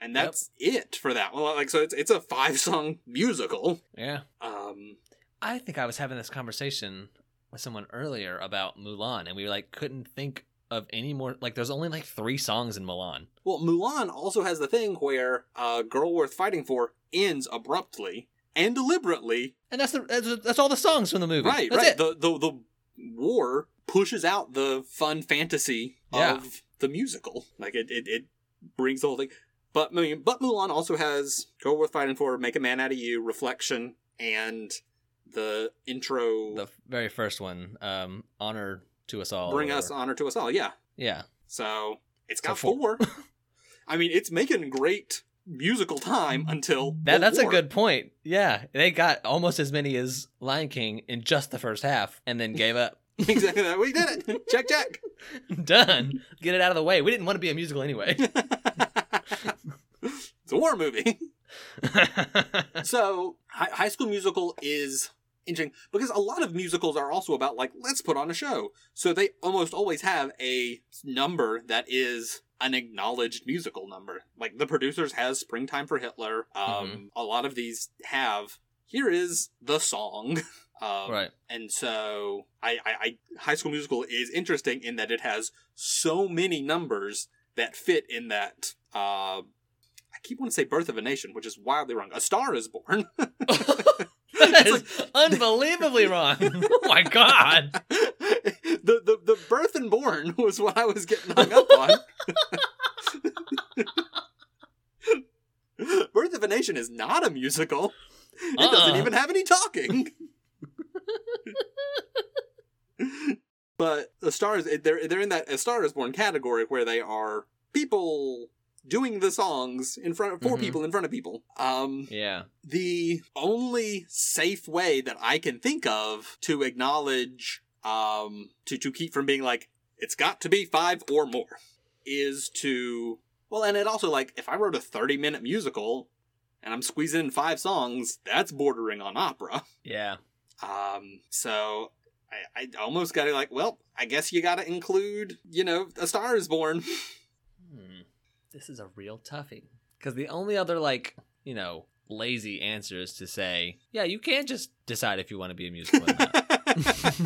Speaker 3: And
Speaker 2: Yep.
Speaker 3: that's it for that. Well, like so, it's it's a five song musical.
Speaker 2: Yeah.
Speaker 3: Um,
Speaker 2: I think I was having this conversation with someone earlier about Mulan and we like couldn't think of any more like there's only like 3 songs in Mulan.
Speaker 3: well, Mulan also has the thing where uh, "Girl Worth Fighting For" ends abruptly and deliberately.
Speaker 2: And that's the that's, that's all the songs from the movie.
Speaker 3: Right,
Speaker 2: That's
Speaker 3: right.
Speaker 2: it.
Speaker 3: The the the war pushes out the fun fantasy
Speaker 2: Yeah.
Speaker 3: of the musical. Like it, it it brings the whole thing. But I mean, but Mulan also has "Girl Worth Fighting For," "Make a Man Out of You," "Reflection," and the intro
Speaker 2: the very first one um honor to us all
Speaker 3: "Bring
Speaker 2: or-
Speaker 3: Us Honor to Us All." Yeah,
Speaker 2: yeah
Speaker 3: so it's
Speaker 2: So
Speaker 3: got
Speaker 2: four.
Speaker 3: four. I mean, it's making great musical time until
Speaker 2: that,
Speaker 3: the
Speaker 2: that's a
Speaker 3: war.
Speaker 2: good point yeah they got almost as many as lion king in just the first half and then gave up
Speaker 3: exactly that we did it check check
Speaker 2: done get it out of the way we didn't want to be a musical anyway
Speaker 3: it's a war movie. so Hi- high school musical is interesting because a lot of musicals are also about like let's put on a show so they almost always have a number that is an acknowledged musical number like the producers has springtime for hitler um a lot of these have here is the song um,
Speaker 2: right
Speaker 3: and so I, I, I high school musical is interesting in that it has so many numbers that fit in that uh i keep wanting to say birth of a nation which is wildly wrong a star is born
Speaker 2: that is unbelievably wrong oh my god
Speaker 3: the, the the birth and born was what i was getting hung up on birth of a nation is not a musical it doesn't
Speaker 2: Uh-uh.
Speaker 3: even have any talking but the stars they're they're in that a star is born category where they are people doing the songs in front of 4
Speaker 2: Mhm.
Speaker 3: people in front of people um
Speaker 2: yeah
Speaker 3: the only safe way that i can think of to acknowledge um to to keep from being like it's got to be 5 or more is to well and it also like if i wrote a 30 minute musical and i'm squeezing in 5 songs that's bordering on opera
Speaker 2: yeah
Speaker 3: um, so I, I almost got to like, well, I guess you got to include, you know, A Star Is Born.
Speaker 2: Hmm. This is a real toughie. Because the only other, like, you know, lazy answer is to say, yeah, you can't just decide if you want to be a musical or not.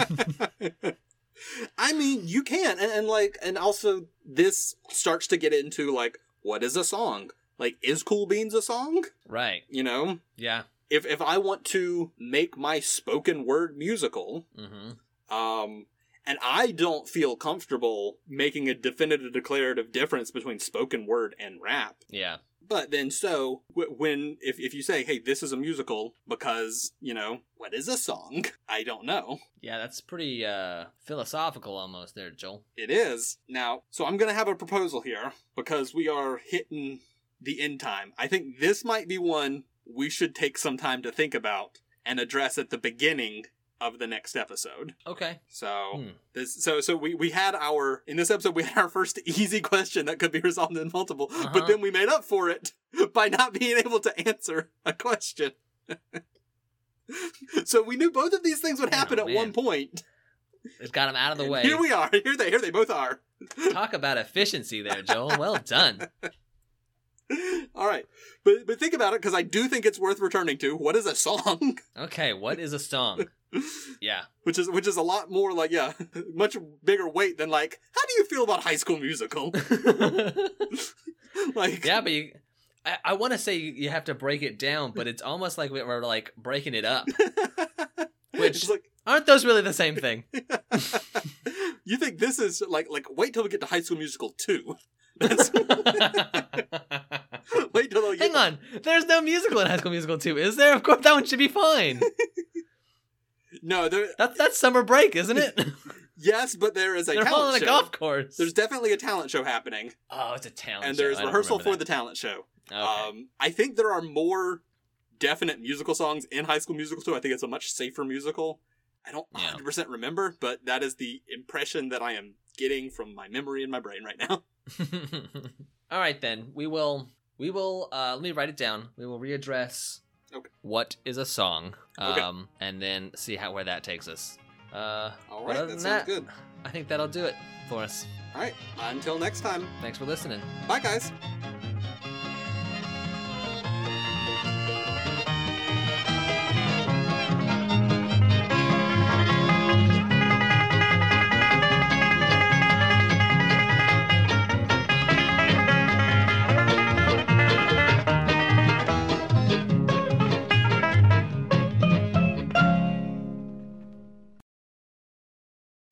Speaker 3: I mean, you can, and, and like, and also this starts to get into like, what is a song? Like, is Cool Beans a song?
Speaker 2: right.
Speaker 3: You know,
Speaker 2: Yeah.
Speaker 3: if if I want to make my spoken word musical,
Speaker 2: Mm-hmm.
Speaker 3: um, and I don't feel comfortable making a definitive declarative difference between spoken word and rap.
Speaker 2: Yeah.
Speaker 3: But then, so wh- when if if you say, "Hey, this is a musical," because you know what is a song? I don't know.
Speaker 2: Yeah, that's pretty uh, philosophical almost there, Joel.
Speaker 3: It is now. So I'm gonna have a proposal here because we are hitting the end time. I think this might be one we should take some time to think about and address at the beginning of the next episode.
Speaker 2: Okay.
Speaker 3: So
Speaker 2: Hmm.
Speaker 3: this so so we we had our in this episode we had our first easy question that could be resolved in multiple,
Speaker 2: Uh-huh.
Speaker 3: but then we made up for it by not being able to answer a question. so we knew both of these things would
Speaker 2: Oh,
Speaker 3: happen at
Speaker 2: man.
Speaker 3: one point.
Speaker 2: It's got him out of the
Speaker 3: And
Speaker 2: way.
Speaker 3: Here we are. Here they here they both are.
Speaker 2: Talk about efficiency there, Joel. Well done.
Speaker 3: All right. But but think about it cuz I do think it's worth returning to what is a song?
Speaker 2: Okay, what is a song? Yeah.
Speaker 3: which is which is a lot more like yeah, much bigger weight than like how do you feel about high school musical? like
Speaker 2: yeah, but you. I, I want to say you, you have to break it down, but it's almost like we- we're like breaking it up. Which-
Speaker 3: It's like
Speaker 2: Aren't those really the same thing?
Speaker 3: you think this is like like wait till we get to High School Musical two. That's,
Speaker 2: Hang
Speaker 3: wait till we get
Speaker 2: on, there's no musical in High School Musical 2, is there? Of course, that one should be fine.
Speaker 3: no there
Speaker 2: That, that's summer break, isn't it?
Speaker 3: Yes, but there is a
Speaker 2: They're all on
Speaker 3: talent
Speaker 2: a
Speaker 3: show.
Speaker 2: golf course.
Speaker 3: There's definitely a talent show happening,
Speaker 2: oh, it's a talent
Speaker 3: and
Speaker 2: show.
Speaker 3: there's
Speaker 2: I don't
Speaker 3: rehearsal for
Speaker 2: remember
Speaker 3: the talent show.
Speaker 2: that. Okay.
Speaker 3: Um, I think there are more definite musical songs in High School Musical 2. I think it's a much safer musical. I don't
Speaker 2: Yeah.
Speaker 3: 100% remember, but that is the impression that I am getting from my memory in my brain right now.
Speaker 2: All right then. We will we will uh let me write it down. We will readdress
Speaker 3: Okay.
Speaker 2: what is a song.
Speaker 3: Okay.
Speaker 2: Um and then see how where that takes us. Uh
Speaker 3: All
Speaker 2: but
Speaker 3: right,
Speaker 2: other
Speaker 3: that
Speaker 2: than
Speaker 3: sounds
Speaker 2: that,
Speaker 3: good.
Speaker 2: I think that'll do it for us.
Speaker 3: All right, until next time.
Speaker 2: Thanks for listening.
Speaker 3: Bye, guys.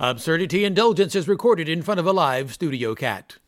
Speaker 1: Absurdity Indulgence is recorded in front of a live studio cat.